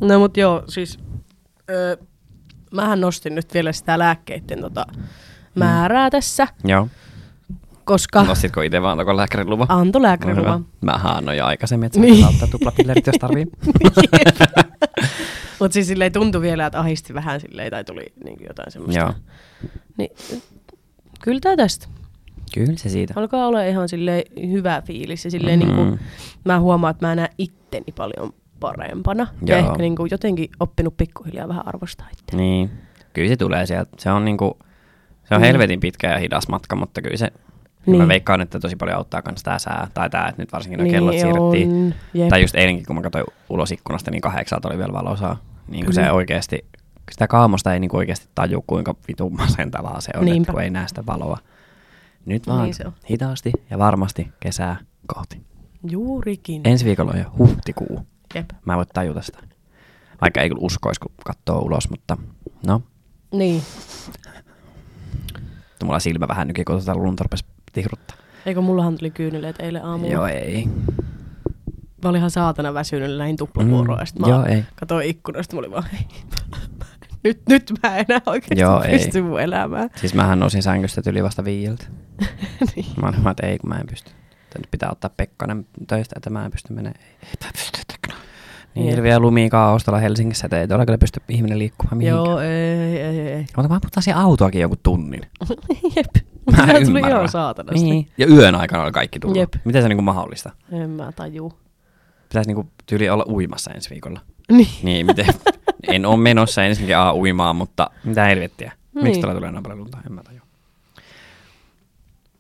Speaker 2: No mut joo, siis öö, mähän nostin nyt vielä sitä lääkkeiden tota,
Speaker 1: Mm.
Speaker 2: määrää tässä,
Speaker 1: Joo.
Speaker 2: koska no,
Speaker 1: Nostitko itse vaan onko lääkärin luvan?
Speaker 2: antoi lääkärin luvan.
Speaker 1: Mä annoin jo aikaisemmin, että
Speaker 2: Niin.
Speaker 1: se ottaa tuplapillerit, jos tarvii.
Speaker 2: Mut siis silleen tuntui vielä, että ahisti vähän silleen tai tuli niin jotain semmoista.
Speaker 1: Joo.
Speaker 2: Niin, kyllä tää tästä.
Speaker 1: Kyllä se siitä.
Speaker 2: Alkaa olla ihan silleen hyvä fiilis ja silleen mm-hmm.
Speaker 1: Mhm.
Speaker 2: niinku, mä huomaan, että mä näen itteni paljon parempana. Ja
Speaker 1: Joo.
Speaker 2: ehkä niinku jotenkin oppinut pikkuhiljaa vähän arvostaa itseä.
Speaker 1: Niin, kyllä se tulee sieltä. Se on, niinku, se on
Speaker 2: Mm.
Speaker 1: helvetin pitkä ja hidas matka, mutta kyllä se, niin.
Speaker 2: Niin.
Speaker 1: mä veikkaan, että tosi paljon auttaa myös tämä sää, tai tämä, että nyt varsinkin niin
Speaker 2: Niin
Speaker 1: kellot
Speaker 2: on,
Speaker 1: siirrettiin.
Speaker 2: jep.
Speaker 1: Tai just eilenkin, kun mä katsoin ulos ikkunasta, niin kahdeksalta oli vielä valosaa. Niin kuin se
Speaker 2: Kyllä.
Speaker 1: oikeasti, sitä kaamosta ei niinku oikeasti taju, kuinka vitun masentavaa se on,
Speaker 2: Niinpä.
Speaker 1: että kun ei näe sitä valoa. Nyt vaan
Speaker 2: Niin se on. Niin.
Speaker 1: hitaasti ja varmasti kesää kohti.
Speaker 2: Juurikin.
Speaker 1: Ensi viikolla on jo huhtikuu.
Speaker 2: Jep.
Speaker 1: Mä en voi tajuta sitä. Vaikka ei kyllä uskoisi, kun katsoo ulos, mutta no,
Speaker 2: Niin.
Speaker 1: Vittu, Mulla silmä vähän nyki, kun tuota lunta rupesi tihruttaa.
Speaker 2: Eikö mullahan tuli kyyneleet eilen aamulla?
Speaker 1: Joo, ei.
Speaker 2: Mä olin ihan saatana väsynyt näihin tuplavuoroon. Mm, mä
Speaker 1: joo, ei.
Speaker 2: katsoin ikkunasta, mä olin vaan, hei, mä- mä- nyt, nyt mä enää oikeasti joo,
Speaker 1: Joo, ei.
Speaker 2: pysty mun elämään.
Speaker 1: Siis mähän nousin sängystä yli vasta viieltä.
Speaker 2: niin.
Speaker 1: Mä olin, vaan, että ei, kun mä en pysty. Että nyt pitää ottaa Pekkanen töistä, että mä en pysty menemään. Ei, ei mä pysty tekemään. Niin
Speaker 2: Jep.
Speaker 1: hirveä lumikaaostalla Helsingissä, että ei tuolla kyllä pysty ihminen liikkumaan mihinkään.
Speaker 2: Joo, ei, ei, ei. ei.
Speaker 1: Mutta mä puhutaan siihen autoakin joku tunnin.
Speaker 2: Jep.
Speaker 1: Mä
Speaker 2: Mä
Speaker 1: en
Speaker 2: tuli
Speaker 1: ymmärrä.
Speaker 2: joo saatanasti.
Speaker 1: Niin. Ja yön aikana oli kaikki tullut.
Speaker 2: Jep.
Speaker 1: Jep. Miten se on niin mahdollista?
Speaker 2: En mä tajuu.
Speaker 1: Pitäisi niin tyyli olla uimassa ensi viikolla.
Speaker 2: Niin.
Speaker 1: Niin, miten? en ole menossa ensinnäkin A uimaan, mutta mitä helvettiä. Niin.
Speaker 2: Niin.
Speaker 1: Miksi tuolla tulee näin paljon lunta? En mä tajua.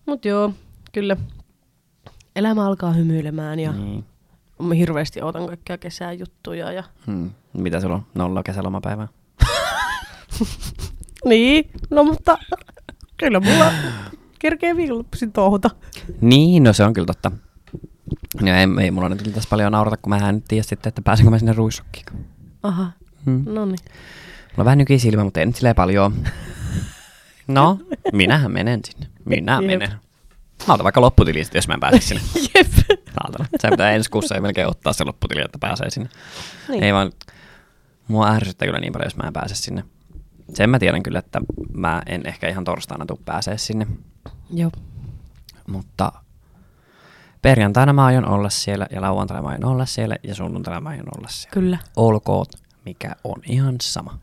Speaker 2: Mut joo, kyllä. Elämä alkaa hymyilemään ja
Speaker 1: Niin.
Speaker 2: mm. hirveästi ootan kaikkia kesän juttuja ja...
Speaker 1: Hmm. Mitä sulla on? Nolla kesälomapäivää.
Speaker 2: Niin, no mutta kyllä mulla kerkee viikonloppuisin touhuta.
Speaker 1: Niin, no se on kyllä totta. No ei, ei mulla nyt tässä paljon naurata, kun mä en nyt tiedä sitten, että pääsenkö mä sinne ruissukkiin.
Speaker 2: Aha,
Speaker 1: Hmm.
Speaker 2: no niin.
Speaker 1: Mulla on vähän nykisilmä, mutta ei nyt silleen paljon. No, minähän menen sinne. Minä
Speaker 2: Jep.
Speaker 1: menen. Mä otan vaikka lopputili sitten, jos mä en pääse sinne.
Speaker 2: Jep.
Speaker 1: Saatana. Se pitää ensi kuussa ei melkein ottaa se lopputili, että pääsee sinne.
Speaker 2: Niin.
Speaker 1: Niin. Ei vaan, mua ärsyttää kyllä niin paljon, jos mä en pääse sinne. Sen mä tiedän kyllä, että mä en ehkä ihan torstaina tuu pääsee sinne.
Speaker 2: Joo.
Speaker 1: Mutta perjantaina mä aion olla siellä ja lauantaina mä aion olla siellä ja sunnuntaina mä aion olla siellä.
Speaker 2: Kyllä.
Speaker 1: Olkoot, mikä on ihan sama.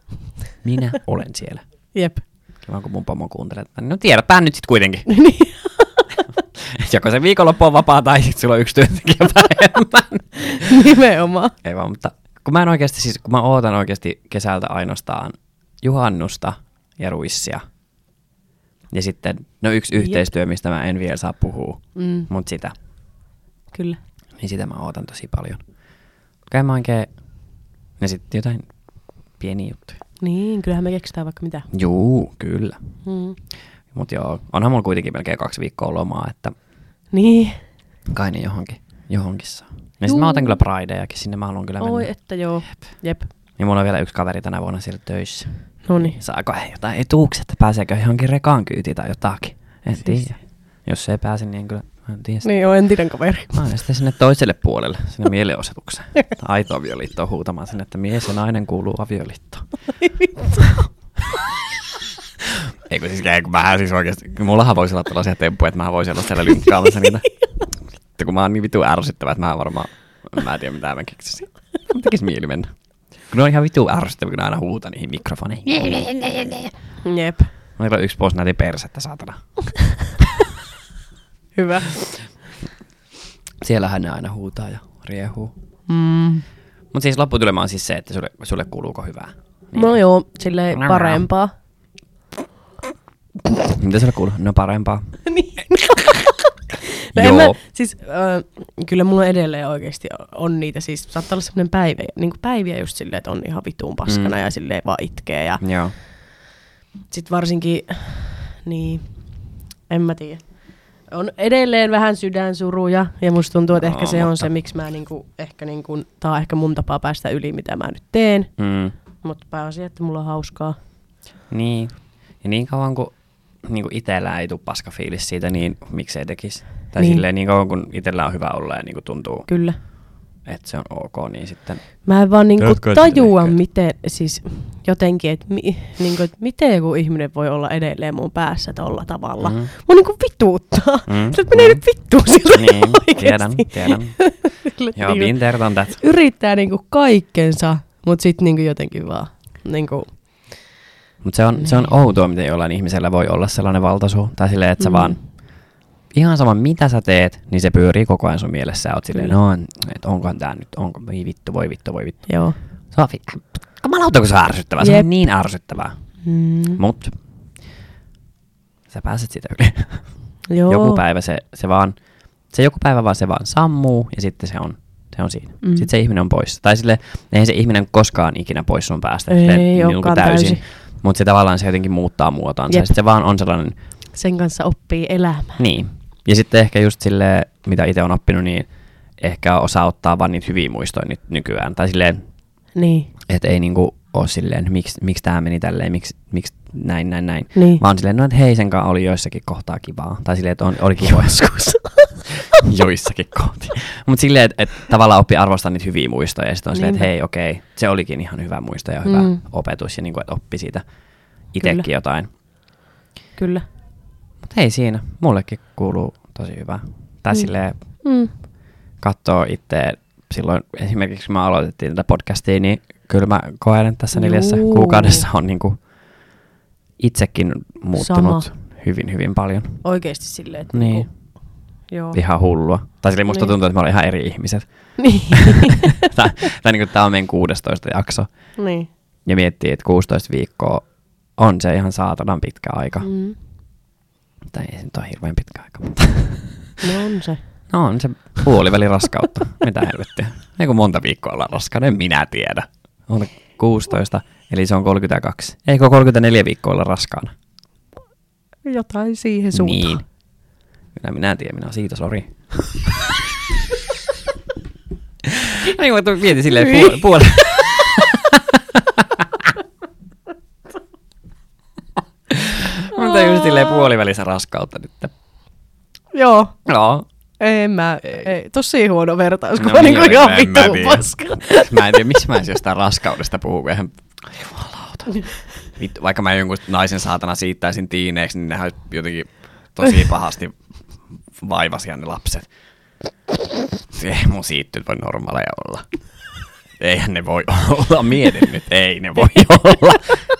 Speaker 1: Minä olen siellä.
Speaker 2: Jep.
Speaker 1: Kiva, kun mun pomo kuuntelee. tätä. No tiedäpään nyt sitten kuitenkin.
Speaker 2: Niin.
Speaker 1: Joko se viikonloppu on vapaa tai sitten sulla on yksi työntekijä vähemmän.
Speaker 2: Nimenomaan.
Speaker 1: Ei vaan, mutta kun mä en oikeasti, siis kun mä ootan oikeasti kesältä ainoastaan juhannusta ja ruissia. Ja sitten, no yksi
Speaker 2: Jep.
Speaker 1: yhteistyö, mistä mä en vielä saa puhua,
Speaker 2: Mm,
Speaker 1: mutta sitä.
Speaker 2: kyllä.
Speaker 1: Niin sitä mä ootan tosi paljon. Käyn mä oikein, ja sitten jotain pieniä juttuja.
Speaker 2: Niin, kyllähän me keksitään vaikka mitä.
Speaker 1: Juu, kyllä.
Speaker 2: Mm.
Speaker 1: Mutta joo, onhan mulla kuitenkin melkein kaksi viikkoa lomaa, että
Speaker 2: Niin.
Speaker 1: kai ne johonkin, johonkin saa. Ja sit mä
Speaker 2: Juu.
Speaker 1: otan kyllä pridejakin, sinne mä haluan kyllä mennä.
Speaker 2: Oi, että joo. Jep.
Speaker 1: Ja mulla on vielä yksi kaveri tänä vuonna siellä töissä.
Speaker 2: No niin.
Speaker 1: Saako he jotain etuuksia, että pääseekö johonkin rekaan kyytiin tai jotakin? En
Speaker 2: Siis-
Speaker 1: tiedä. Jos ei pääse, niin kyllä mä en tiedä. Niin.
Speaker 2: Niin, on entinen kaveri.
Speaker 1: Mä olen sitten sinne toiselle puolelle, sinne mielenosoitukseen. Aito avioliitto huutamaan sinne, että mies ja nainen kuuluu avioliittoon. Ei kun siis, ei, kun mä siis oikeasti, kun mullahan voisi olla tällaisia temppuja, että mä voisin olla siellä lynkkaamassa niitä. Mutta kun mä oon niin vitu ärsyttävä, että mä varmaan, mä en tiedä mitä mä keksisin. Mä tekis mieli mennä. Kun ne on ihan vitu ärsyttävä, kun ne aina huutaa niihin mikrofoneihin.
Speaker 2: Jep.
Speaker 1: Meillä on yksi pois näitä persettä, saatana.
Speaker 2: Hyvä.
Speaker 1: Siellähän ne aina huutaa ja riehuu.
Speaker 2: Mm.
Speaker 1: Mutta siis lopputulema on siis se, että sulle, sulle kuuluuko hyvää. Niin.
Speaker 2: No joo, silleen parempaa.
Speaker 1: Mitä sulle kuuluu? No parempaa.
Speaker 2: niin. no en mä,
Speaker 1: Joo.
Speaker 2: siis äh, kyllä mulla edelleen oikeasti on niitä, siis saattaa olla semmoinen päivä, niin kuin päiviä just silleen, että on ihan vituun paskana
Speaker 1: Mm.
Speaker 2: mm. ja silleen vaan itkee ja
Speaker 1: Joo.
Speaker 2: sit varsinkin, niin, en mä tiedä. On edelleen vähän sydänsuruja ja musta tuntuu, että ehkä
Speaker 1: Joo,
Speaker 2: se on
Speaker 1: mutta-
Speaker 2: se, miksi mä niinku, ehkä niinku, tää on ehkä mun tapa päästä yli, mitä mä nyt teen.
Speaker 1: Mm.
Speaker 2: Mutta pääasia, että mulla on hauskaa.
Speaker 1: Niin. Ja niin kauan kuin niin kuin itsellä ei tule paska fiilis siitä, niin miksei tekisi. Tai niin.
Speaker 2: Niin.
Speaker 1: silleen niin kauan kun itsellä on hyvä olla ja niin kuin tuntuu,
Speaker 2: Kyllä.
Speaker 1: että se on ok, niin sitten...
Speaker 2: Mä en vaan niinku
Speaker 1: Jotka ei
Speaker 2: tajua,
Speaker 1: ehkä-
Speaker 2: miten, siis jotenkin, että mi, niinku, et miten joku ihminen voi olla edelleen mun päässä tolla tavalla.
Speaker 1: Mm.
Speaker 2: Mm. Mun niinku vituuttaa.
Speaker 1: Mm,
Speaker 2: Mm. Se menee
Speaker 1: mm.
Speaker 2: nyt vittuun siltä
Speaker 1: Niin,
Speaker 2: oikeesti.
Speaker 1: tiedän, tiedän.
Speaker 2: Sille
Speaker 1: Joo,
Speaker 2: niinku
Speaker 1: Winter on that.
Speaker 2: Yrittää niinku kaikkensa, mut sit niinku jotenkin vaan. Niinku,
Speaker 1: Mutta se on, se on outoa, miten jollain ihmisellä voi olla sellainen valtaisu. Tai silleen, että sä
Speaker 2: Niin. Mm.
Speaker 1: vaan ihan sama mitä sä teet, niin se pyörii koko ajan sun mielessä. Sä oot silleen,
Speaker 2: Kyllä.
Speaker 1: no, että onkohan tää nyt, onko, voi vittu, voi vittu, voi vittu.
Speaker 2: joo.
Speaker 1: Se on, vi- kamalauta, kun se on ärsyttävää. Se
Speaker 2: Jep.
Speaker 1: on niin ärsyttävää.
Speaker 2: Mm.
Speaker 1: Mut sä pääset siitä yli.
Speaker 2: joo.
Speaker 1: Joku päivä se, se vaan, se joku päivä vaan se vaan sammuu ja sitten se on, se on siinä. Mm.
Speaker 2: Mm.
Speaker 1: Sitten se ihminen on pois. Tai sille, eihän se ihminen koskaan ikinä pois sun päästä.
Speaker 2: Ei
Speaker 1: silleen
Speaker 2: olekaan
Speaker 1: niinku
Speaker 2: täysin.
Speaker 1: Mutta se tavallaan se jotenkin muuttaa muotoansa.
Speaker 2: Jep.
Speaker 1: Sitten se vaan on sellainen,
Speaker 2: Sen kanssa oppii elämään.
Speaker 1: niin. Ja sitten ehkä just sille, mitä itse on oppinut, niin ehkä osaa ottaa vaan niitä hyviä muistoja nyt nykyään. Tai silleen,
Speaker 2: Niin.
Speaker 1: että ei niinku ole silleen, miksi, miksi tämä meni tälleen, miksi, miksi näin, näin, näin.
Speaker 2: Niin.
Speaker 1: Vaan silleen, no, että hei, senkaan oli joissakin kohtaa kivaa. Tai silleen, että on, oli kivoja.
Speaker 2: Joskus.
Speaker 1: joissakin kohti. Mutta silleen, että et tavallaan oppi arvostaa niitä hyviä muistoja. Ja sitten on silleen, että
Speaker 2: Niinpä.
Speaker 1: hei, okei, okay, se olikin ihan hyvä muisto ja hyvä mm.
Speaker 2: Mm.
Speaker 1: opetus. Ja niinku, että oppi siitä itsekin
Speaker 2: Kyllä.
Speaker 1: jotain.
Speaker 2: Kyllä.
Speaker 1: Mutta hei siinä, mullekin kuuluu tosi hyvä. Tai mm.
Speaker 2: Mm.
Speaker 1: silleen,
Speaker 2: Mm.
Speaker 1: katsoo itse silloin esimerkiksi kun me aloitettiin tätä podcastia, niin kyllä mä koen, että tässä neljässä
Speaker 2: Juu.
Speaker 1: kuukaudessa on niin kuin itsekin muuttunut Sama.
Speaker 2: Sama.
Speaker 1: hyvin, hyvin paljon.
Speaker 2: Oikeesti silleen, että
Speaker 1: Niin.
Speaker 2: niinku, joo.
Speaker 1: Ihan hullua. Tai silleen musta
Speaker 2: Niin.
Speaker 1: tuntuu, että me ollaan ihan eri ihmiset.
Speaker 2: Niin.
Speaker 1: tämä, tämä, niin tämä on meidän 16 jakso.
Speaker 2: niin.
Speaker 1: Ja miettii, että 16 viikkoa on se ihan saatanan pitkä aika. Mm.
Speaker 2: Mm.
Speaker 1: Tai ei se nyt ole hirveän pitkä aika, mutta...
Speaker 2: No on se.
Speaker 1: No on se puoliväli raskautta. Mitä helvettiä. Eikö monta viikkoa ollaan raskaana? En minä tiedä. On 16, eli se on 32. Eikö 34 viikkoa olla raskaana?
Speaker 2: Jotain siihen suuntaan.
Speaker 1: Niin. Minä, minä en tiedä, minä olen siitä sori. Ei, Niin, mutta mieti silleen
Speaker 2: Hyi.
Speaker 1: puol- puol- Mutta just silleen puolivälissä raskautta nyt.
Speaker 2: Joo.
Speaker 1: No,
Speaker 2: Ei, mä, ei. ei. Tosi huono vertaus, kun
Speaker 1: No
Speaker 2: no, on
Speaker 1: niin,
Speaker 2: niinku ihan
Speaker 1: en mä
Speaker 2: vittu
Speaker 1: tiedä.
Speaker 2: paska.
Speaker 1: Mä en tiedä, miksi mä edes jostain raskaudesta puhun, kun eihän... Jumalauta. Vittu, vaikka mä jonkun naisen saatana siittäisin tiineeksi, niin nehän olisi jotenkin tosi pahasti vaivasia ne lapset. Ei mun siittyt voi normaaleja olla. Eihän ne voi olla, mietin nyt, ei ne voi olla.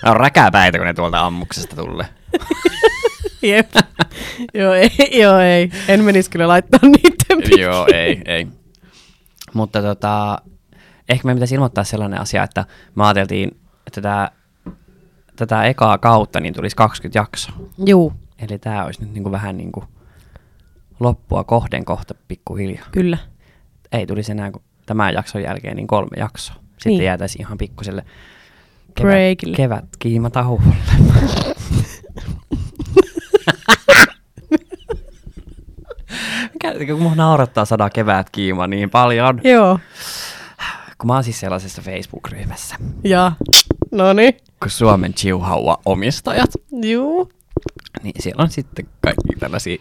Speaker 1: Ne on räkäpäitä, kun ne tuolta ammuksesta tulee.
Speaker 2: Jep. joo, ei, joo, ei. En menisi kyllä laittaa niitä pitkin.
Speaker 1: Joo, ei, ei. Mutta tota, ehkä meidän pitäisi ilmoittaa sellainen asia, että me ajateltiin, että tää, tätä ekaa kautta niin tulisi 20 jaksoa.
Speaker 2: Juu,
Speaker 1: Eli tämä olisi nyt niinku vähän niin kuin loppua kohden kohta pikkuhiljaa.
Speaker 2: kyllä.
Speaker 1: Ei tulisi enää kuin tämän jakson jälkeen niin kolme jaksoa. Sitten niin.
Speaker 2: Niin.
Speaker 1: jäätäisiin ihan pikkuselle
Speaker 2: Breakille.
Speaker 1: kevät kiimatahulle. mikä, kun mua naurattaa sada kevät kiima niin paljon.
Speaker 2: Joo.
Speaker 1: Kun mä oon siis sellaisessa Facebook-ryhmässä,
Speaker 2: Ja. No niin.
Speaker 1: kun Suomen Chihuahua-omistajat,
Speaker 2: Juu.
Speaker 1: niin siellä on sitten kaikki tällaisia,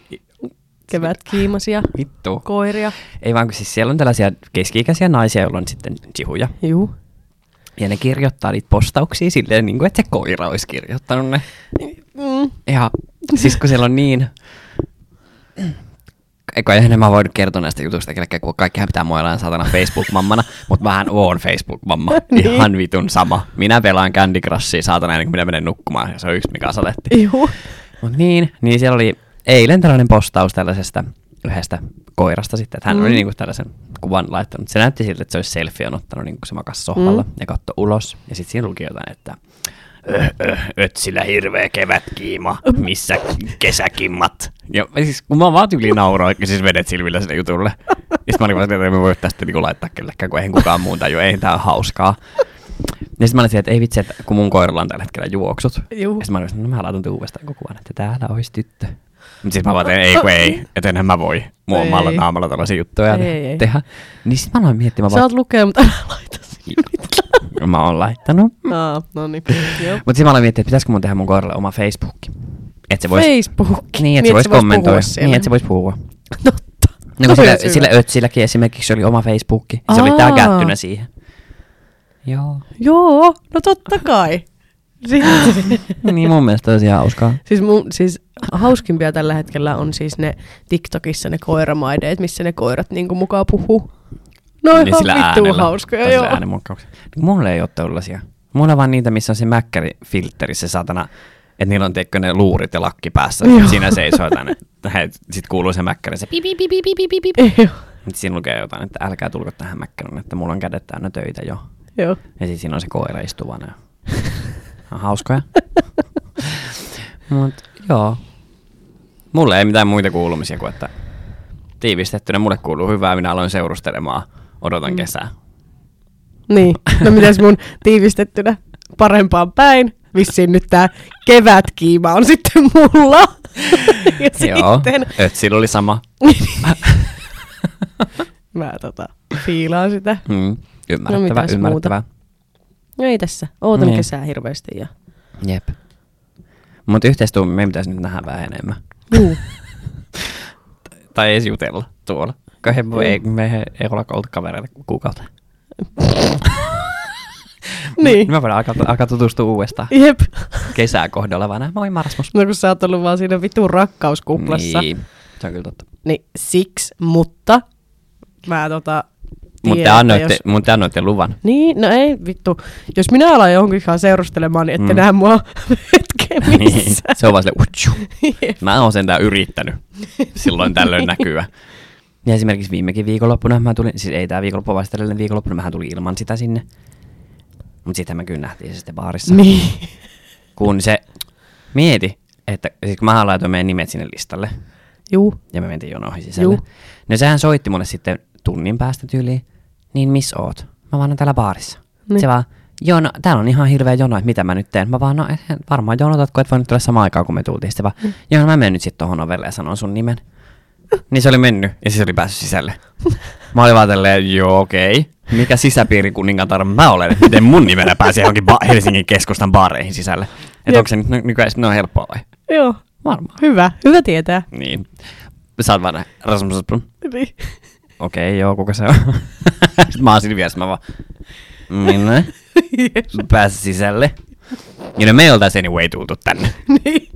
Speaker 2: Kevätkiimasia.
Speaker 1: vittu,
Speaker 2: Koiria.
Speaker 1: ei vaan kun siis siellä on tällaisia keski-ikäisiä naisia, joilla on sitten chihuja.
Speaker 2: Juu.
Speaker 1: Ja ne kirjoittaa niitä postauksia silleen, niin kuin, että se koira olisi kirjoittanut ne.
Speaker 2: Mm.
Speaker 1: Ja siis kun siellä on niin... Eikö eihän mä voinut kertoa näistä jutuista kellekään, kun kaikkihan pitää muillaan satana Facebook-mammana, mutta mähän oon Facebook-mamma.
Speaker 2: Niin.
Speaker 1: Ihan vitun sama. Minä pelaan Candy Crushia saatana ennen kuin minä menen nukkumaan, ja se on yksi mikä saletti.
Speaker 2: Juu.
Speaker 1: Mut niin, niin siellä oli eilen tällainen postaus tällaisesta yhdestä koirasta sitten, että hän
Speaker 2: Mm.
Speaker 1: mm. oli niinku tällaisen kuvan laittanut. Se näytti siltä, että se olisi selfie on ottanut, niinku se makas sohvalla
Speaker 2: Mm.
Speaker 1: mm. ja katsoi ulos. Ja sitten siinä luki jotain, että "Öh, öh, ötsillä hirveä kevätkiima, missä kesäkimmat. Ja mä siis kun mä vaan yli nauroin, siis vedet silmillä sille jutulle. Ja sit mä olin vaan, silleen, että me voi tästä niinku laittaa kellekään, kun eihän kukaan muun tajua, ei tää on hauskaa. Ja sitten Niin mä olin silleen, että ei vitsi, että kun mun koiralla on tällä hetkellä juoksut.
Speaker 2: Juu.
Speaker 1: Ja sitten mä olin, että no mä laitan tän uudestaan kun kuvan, että täällä olisi tyttö. Mutta sitten mä vaan, että ei kun ei, että enhän mä voi
Speaker 2: Ei.
Speaker 1: muomalla naamalla tällaisia juttuja
Speaker 2: Ei, ei, ei.
Speaker 1: tehdä. Niin sitten mä aloin miettimään,
Speaker 2: Sä oot lukenut, mutta älä laita silmitä.
Speaker 1: vaan, mä oon laittanut.
Speaker 2: Aa, no niin. Joo.
Speaker 1: Mutta sitten mä aloin miettiä, että pitäisikö mun tehdä mun koiralle oma Facebook. Että se voisi
Speaker 2: Facebook.
Speaker 1: niin, että se voisi
Speaker 2: vois
Speaker 1: kommentoida.
Speaker 2: puhua siellä.
Speaker 1: Niin, että se voisi puhua.
Speaker 2: Totta.
Speaker 1: No
Speaker 2: Toi
Speaker 1: kun sillä,
Speaker 2: on syvä.
Speaker 1: sillä Ötsilläkin esimerkiksi oli oma Facebook. Se oli
Speaker 2: Aa.
Speaker 1: tägättynä siihen. Joo.
Speaker 2: Joo, no totta kai. Sitten.
Speaker 1: niin mun mielestä olisi ihan hauskaa.
Speaker 2: siis, mun, siis hauskimpia tällä hetkellä on siis ne TikTokissa ne koiramaideet, missä ne koirat niinku mukaan puhuu. No ihan
Speaker 1: niin sillä
Speaker 2: vittu
Speaker 1: äänellä.
Speaker 2: hauskoja,
Speaker 1: tai
Speaker 2: joo.
Speaker 1: sillä äänenmuokkauksia. Niin mulla ei ole tällaisia. Mulla on vaan niitä, missä on se mäkkäri-filtteri, se satana, että niillä on teikö ne luurit ja lakki päässä.
Speaker 2: Joo.
Speaker 1: Joo. Siinä seisoo tänne. Sitten kuuluu se mäkkäri, se pip, pip, pip, pip, pip, pip.
Speaker 2: Joo,
Speaker 1: Mut Siinä lukee jotain, että älkää tulko tähän mäkkärän, että mulla on kädet täynnä töitä jo.
Speaker 2: joo.
Speaker 1: Ja sitten siinä on se koira istuvana. On hauskoja. Mut joo. Mulle ei mitään muita kuulumisia kuin, että tiivistettynä mulle kuuluu hyvää, minä aloin seurustelemaan, odotan
Speaker 2: Mm.
Speaker 1: mm. kesää.
Speaker 2: Niin, no mitäs mun tiivistettynä parempaan päin? Vissiin nyt tää kevätkiima on sitten mulla. ja
Speaker 1: Joo,
Speaker 2: sitten
Speaker 1: Ötsillä oli sama.
Speaker 2: mä tota, fiilaan sitä.
Speaker 1: Mm. Ymmärrettävää,
Speaker 2: mitäs
Speaker 1: no, ymmärrettävää.
Speaker 2: No ei tässä, ootan
Speaker 1: Niin.
Speaker 2: kesää hirveästi ja
Speaker 1: Jep. Mutta yhteistuumin meidän pitäisi nyt nähdä vähän enemmän.
Speaker 2: Juu.
Speaker 1: Tai edes jutella tuolla. Kahden voi, ei, me ei olla oltu kavereita kuukautta.
Speaker 2: niin,
Speaker 1: Me voidaan alkaa, alkaa tutustua uudestaan.
Speaker 2: jep.
Speaker 1: Kesää kohdalla vaan näin. Moi Marasmus.
Speaker 2: No kun sä oot ollut vaan siinä vitun rakkauskuplassa. Niin.
Speaker 1: Niin. Se on kyllä totta.
Speaker 2: niin siksi, mutta mä tota
Speaker 1: Mutta te
Speaker 2: tiedän, että
Speaker 1: annoitte, jos... mut te annoitte luvan.
Speaker 2: Niin, no ei vittu. Jos minä alan johonkin kanssa seurustelemaan, niin ette mm.
Speaker 1: Mm.
Speaker 2: näe mua hetken
Speaker 1: Niin.
Speaker 2: missään.
Speaker 1: Se on vaan silleen,
Speaker 2: Jep.
Speaker 1: Mä oon sentään yrittänyt silloin tällöin näkyä. Ja esimerkiksi viimekin viikonloppuna mä tulin, siis ei tää viikonloppu, vaan sitä edellinen viikonloppuna mähän tulin ilman sitä sinne. Mutta sitten me kyllä nähtiin se sitten baarissa.
Speaker 2: Niin.
Speaker 1: Kun se mieti, että siis kun mä laitoin meidän nimet sinne listalle
Speaker 2: Juu.
Speaker 1: ja me mentiin jonoihin sisälle.
Speaker 2: Juu.
Speaker 1: Juu. No sehän soitti mulle sitten tunnin päästä tyyliin, niin miss oot? Mä vaan "No täällä baarissa.
Speaker 2: Niin.
Speaker 1: Niin. Se vaan, joo no täällä on ihan hirveä jono, että mitä mä nyt teen. Mä vaan, no et, varmaan jonotat, kun et voinut tulla samaan aikaan kun me tultiin. Sitten vaan, joo no mä menen nyt sitten tohon ovelle ja sanon sun nimen. Niin se oli mennyt ja siis oli päässyt sisälle. Mä olin vaan tälleen, joo okei. Okay. Mikä sisäpiirikuningatar mä olen, että miten mun nimenä pääsee johonkin ba- Helsingin keskustan baareihin sisälle.
Speaker 2: Jep.
Speaker 1: Että onko se nyt ny- nykyään no helppoa vai?
Speaker 2: Joo.
Speaker 1: Varmaan.
Speaker 2: Hyvä. Hyvä tietää.
Speaker 1: Niin. Sä oot vaan näin, Rasmus Rasmus.
Speaker 2: Niin.
Speaker 1: Okei, okay, joo, kuka se on? Sitten mä oon siinä vieressä, mä vaan, minne?
Speaker 2: Jep.
Speaker 1: Pääs sisälle. Ja no me ei oltais anyway tultu tänne.
Speaker 2: niin.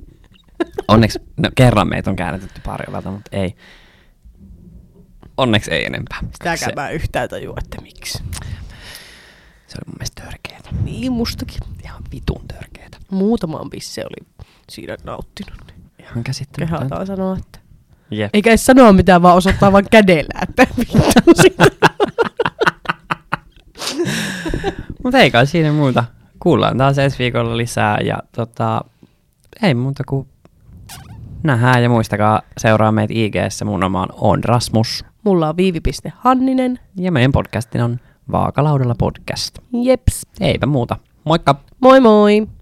Speaker 1: Onneksi, no kerran meitä on käännetetty pari ovelta, mutta ei. Onneksi ei enempää.
Speaker 2: Sitäkään
Speaker 1: se,
Speaker 2: mä en yhtään tajua, että miksi.
Speaker 1: se oli mun mielestä törkeetä.
Speaker 2: Niin mustakin.
Speaker 1: Ihan vitun törkeetä.
Speaker 2: Muutamaan pisse oli siinä nauttinut. niin
Speaker 1: Ihan käsittämätöntä.
Speaker 2: Kehataan sanoa, että...
Speaker 1: Jep.
Speaker 2: Eikä edes sanoa mitään, vaan osoittaa vaan kädellä, että vittu sitä.
Speaker 1: Mutta ei kai siinä muuta. Kuullaan taas ensi viikolla lisää ja tota, ei muuta kuin nähdään ja muistakaa seuraa meitä IGssä. Mun oma on- on Rasmus
Speaker 2: Mulla on viivi.hanninen.
Speaker 1: ja meidän podcastin on Vaakalaudella podcast.
Speaker 2: Jeps.
Speaker 1: Eipä muuta. Moikka!
Speaker 2: Moi moi!